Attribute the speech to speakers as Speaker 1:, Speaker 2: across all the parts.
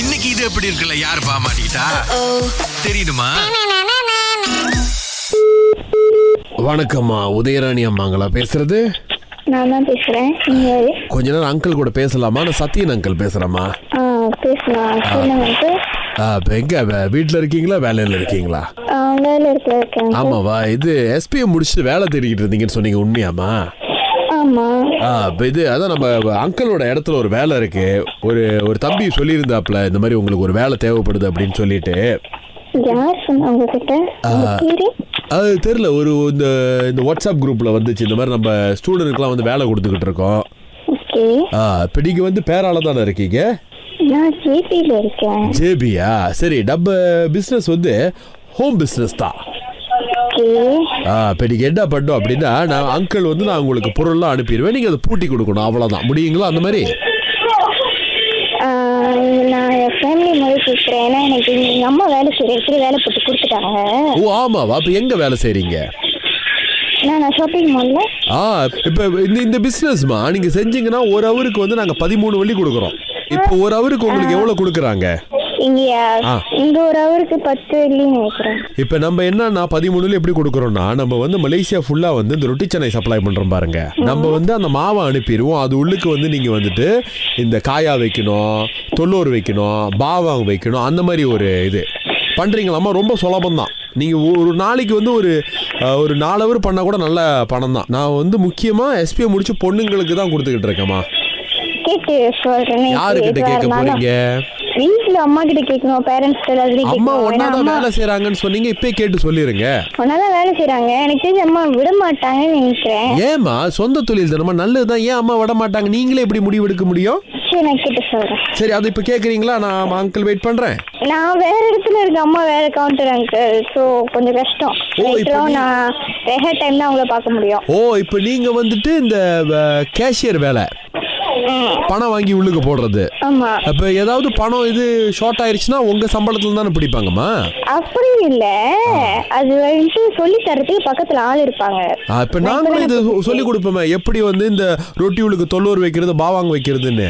Speaker 1: இன்னைக்கு இது எப்படி இருக்குல்ல யார் பாமாட்டா தெரியுமா
Speaker 2: வணக்கம்மா உதயராணி அம்மாங்களா பேசுறது
Speaker 3: நான் தான் பேசுறேன் நீங்க யாரு?
Speaker 2: கொஞ்ச நேரம் அங்கிள் கூட பேசலாமா நான் சத்யன் அங்கிள் பேசுறேம்மா
Speaker 3: ஆ பேசலாம் சொல்லுங்க வந்து
Speaker 2: ஆ, இப்ப எங்க வே- வீட்ல இருக்கீங்களா வேலையில இருக்கீங்களா
Speaker 3: வேலை இடத்துல இருக்கேன்
Speaker 2: ஆமாவா இது எஸ்பிஐ முடிச்சுட்டு வேலை தேடிக்கிட்டு இருந்தீங்கன்னு சொன்னீங்க உண்மையாமா
Speaker 3: ஆமா
Speaker 2: ஆ, இப்ப இது அதான் நம்ம அங்கிளோட இடத்துல ஒரு வேலை இருக்கு ஒரு ஒரு தம்பி சொல்லியிருந்தாப்ல இந்த மாதிரி உங்களுக்கு ஒரு வேலை தேவைப்படுது அப்படின்னு சொல்லிட்டு
Speaker 3: யார் சொன்னா உங்ககிட்ட உங்க பேரு
Speaker 2: அது தெரியல ஒரு இந்த இந்த வாட்ஸ்அப் குரூப்ல வந்துச்சு இந்த மாதிரி நம்ம ஸ்டூடெண்ட்டுக்குலாம் வந்து வேலை கொடுத்துக்கிட்டு இருக்கோம்
Speaker 3: ஓகே
Speaker 2: ஆ, இப்ப நீங்க வந்து பேரால தானே இருக்கீங்க
Speaker 3: நான் ஜேபியில இருக்கேன்
Speaker 2: ஜேபியா சரி நம்ம பிஸ்னஸ் வந்து ஹோம் பிஸ்னஸ் தான்
Speaker 3: ஓகே
Speaker 2: ஆ, இப்ப நீங்க என்ன பண்ணோம் அப்படின்னா நான் அங்கிள் வந்து நான் உங்களுக்கு பொருள்லாம் அனுப்பிடுவேன் நீங்க அதை பூட்டி கொடுக்கணும் அவ்வளவுதான் முடியுங்களா அந்த மாதிரி
Speaker 3: ஆ, நான் என் ஃபேமிலி முறை கேட்குறேன் ஏன்னா எனக்கு எங்கள் அம்மா வேலை செய்கிற இடத்துல வேலை போட்டு கொடுத்துட்டாங்க
Speaker 2: ஓ ஆமாவா அப்ப எங்க வேலை செய்றீங்க
Speaker 3: நான் நான் ஷாப்பிங் மாலில்
Speaker 2: ஆ இப்ப இந்த இந்த பிசினஸ்மா நீங்க செஞ்சீங்கன்னா ஒரு ஹவருக்கு வந்து நாங்க பதிமூணு வழி கொடுக்குறோம் இப்போ ஒரு ஹவருக்கு உங்களுக்கு எவ்வளவு கொடுக்குறாங்க
Speaker 3: இங்கேயா
Speaker 2: ஆ.
Speaker 3: இங்கே ஒரு ஹவருக்கு பத்து இல்லைன்னு நினைக்கிறேன்
Speaker 2: இப்போ நம்ம என்னன்னா பதிமூணுல எப்படி கொடுக்குறோம்னா நம்ம வந்து மலேசியா ஃபுல்லாக வந்து இந்த ரொட்டி சென்னை சப்ளை பண்ணுறோம் பாருங்க நம்ம வந்து அந்த மாவை அனுப்பிடுவோம் அது உள்ளுக்கு வந்து நீங்கள் வந்துட்டு இந்த காயா வைக்கணும் தொல்லூர் வைக்கணும் பாவாங் வைக்கணும் அந்த மாதிரி ஒரு இது பண்ணுறீங்களாம்மா ரொம்ப சுலபம் தான் நீங்கள் ஒரு நாளைக்கு வந்து ஒரு அஹ், ஒரு நாலு ஹவர் பண்ணால் கூட நல்ல பணம் தான் நான் வந்து முக்கியமாக எஸ்பிஐ முடிச்சு பொண்ணுங்களுக்கு தான் கொடுத்துக்கிட்டு இருக்கேம்மா
Speaker 3: கேட்டு சொல்கிறேன்
Speaker 2: யாருக்கிட்ட கேட்க போறீங்க
Speaker 3: வீட்டில் அம்மா கிட்ட கேட்கணும் பேரண்ட்ஸ் எல்லாத்துலையும்
Speaker 2: அம்மா
Speaker 3: கேட்கணும் ஏன்னா
Speaker 2: ஒன்னாதான்
Speaker 3: அம்மா
Speaker 2: வேலை செய்கிறாங்கன்னு சொன்னீங்க இப்பயே கேட்டு சொல்லிடுங்க
Speaker 3: ஒன்னாதான் வேலை செய்றாங்க எனக்கு தெரிஞ்சு அம்மா விட மாட்டாங்கன்னு நினைக்கிறேன்
Speaker 2: ஏம்மா சொந்த தொழில் தினமா நல்லதுதான் ஏன் அம்மா விட மாட்டாங்க நீங்களே எப்படி முடிவு எடுக்க முடியும்
Speaker 3: சரி நான் கேட்டு சொல்றேன்
Speaker 2: சரி அது இப்போ கேட்குறீங்களா நான் அங்கிள் வெயிட் பண்ணுறேன்
Speaker 3: நான் வேற இடத்துல இருக்க அம்மா வேற கவுண்டர் அங்கிள் ஸோ கொஞ்சம் கஷ்டம்
Speaker 2: ஓ, இப்ப
Speaker 3: லைட்டரும்
Speaker 2: நீ-
Speaker 3: நான் ரெஹர் டைம் தான் உங்களை பார்க்க முடியும்
Speaker 2: ஓ இப்போ நீங்கள் வந்துட்டு இந்த கேஷியர் வேலை
Speaker 3: ம்,
Speaker 2: பணம் வாங்கி உள்ளுக்கு போடுறது
Speaker 3: ஆமா
Speaker 2: அப்போ ஏதாவது பணம் இது ஷார்ட் ஆயிடுச்சுன்னா உங்கள் சம்பளத்துல தானே பிடிப்பாங்கம்மா
Speaker 3: அப்படி இல்ல அது வந்து சொல்லி தரத்துக்கு பக்கத்துல ஆள் இருப்பாங்க
Speaker 2: இப்போ நாங்களும் இது சொல்லிக் கொடுப்போமே எப்படி வந்து இந்த ரொட்டி உள்ளுக்கு தொல்லூர் வைக்கிறது பாவாங்க வைக்கிறதுன்னு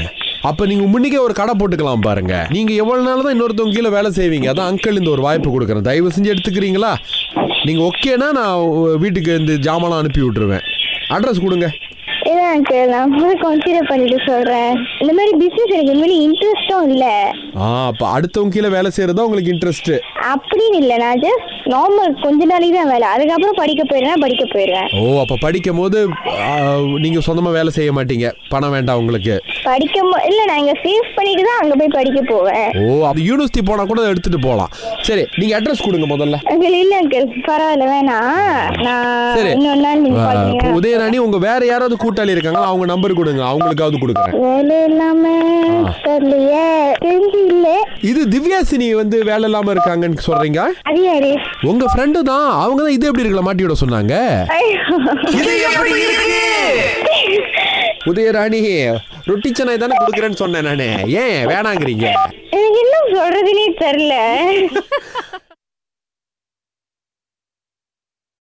Speaker 2: அப்போ நீங்கள் முன்னிக்கே ஒரு கடை போட்டுக்கலாம் பாருங்க நீங்கள் எவ்வளோ நாள் தான் இன்னொருத்தவங்க கீழே வேலை செய்வீங்க அதான் அங்கிள் இந்த ஒரு வாய்ப்பு கொடுக்குறேன் தயவு செஞ்சு எடுத்துக்கிறீங்களா நீங்கள் ஓகேனா நான் உ- வீட்டுக்கு இந்த ஜாமான்லாம் அனுப்பி விட்டுருவேன் அட்ரஸ் கொடுங்க
Speaker 3: இல்லை அங்கிள் நான் கன்சிடர் பண்ணிட்டு சொல்றேன் இந்த மாதிரி பிசினஸ் எனக்கு இந்த மாதிரி இன்ட்ரெஸ்டும் இல்ல
Speaker 2: ஆ அப்போ அடுத்தவங்க கீழே வேலை செய்கிறதா உங்களுக்கு இன்ட்ரெஸ்ட்டு
Speaker 3: அப்படின்னு இல்லை நான் ஜஸ்ட் நார்மல் கொஞ்ச நாளைக்கு தான் வேலை அதுக்கப்புறம் படிக்க போயிடுறேன் படிக்க போயிடுறேன்
Speaker 2: ஓ அப்போ படிக்கும் போது ஆ, நீங்கள் சொந்தமாக வேலை செய்ய மாட்டீங்க பணம் வேண்டாம் உங்களுக்கு
Speaker 3: படிக்க மு- இல்ல நான் இங்க சேவ் பண்ணிட்டு தான் அங்க போய் படிக்க போவேன்
Speaker 2: ஓ அப்போ யூனிவர்சிட்டி போனால் கூட எடுத்துகிட்டு போகலாம் சரி நீங்கள் அட்ரஸ் கொடுங்க முதல்ல
Speaker 3: அங்கிள் இல்ல அங்கிள் பரவாயில்ல வேணாம் நான்
Speaker 2: சரி.
Speaker 3: இன்னொரு நாள் நீங்க
Speaker 2: ஆ, இப்போ
Speaker 3: பாத்தீங்கன்னா
Speaker 2: உதயராணி உங்க வேற யாராவது கூட்டாளி இருக்காங்களா அவங்க நம்பர் கொடுங்க அவங்களுக்காவது கொடுக்குறேன்
Speaker 3: வேலை இல்லாம தெரியலையே தெரிஞ்சு இல்ல
Speaker 2: இது திவ்யாசினி வந்து வேலை இல்லாம இருக்காங்கன்னு சொல்றீங்க
Speaker 3: அது யாரு
Speaker 2: உங்க ஃப்ரெண்டு தான் அவங்க தான் இது எப்படி இருக்கல மாட்டி விட சொன்னாங்க
Speaker 3: ஐயோ.
Speaker 1: இது எப்படி இருக்கு
Speaker 2: உதயராணி ரொட்டி சென்னை தானே கொடுக்குறேன்னு சொன்னேன் நானு ஏன் வேணாங்கிறீங்க
Speaker 3: எனக்கு என்ன சொல்றதுனே தெரியல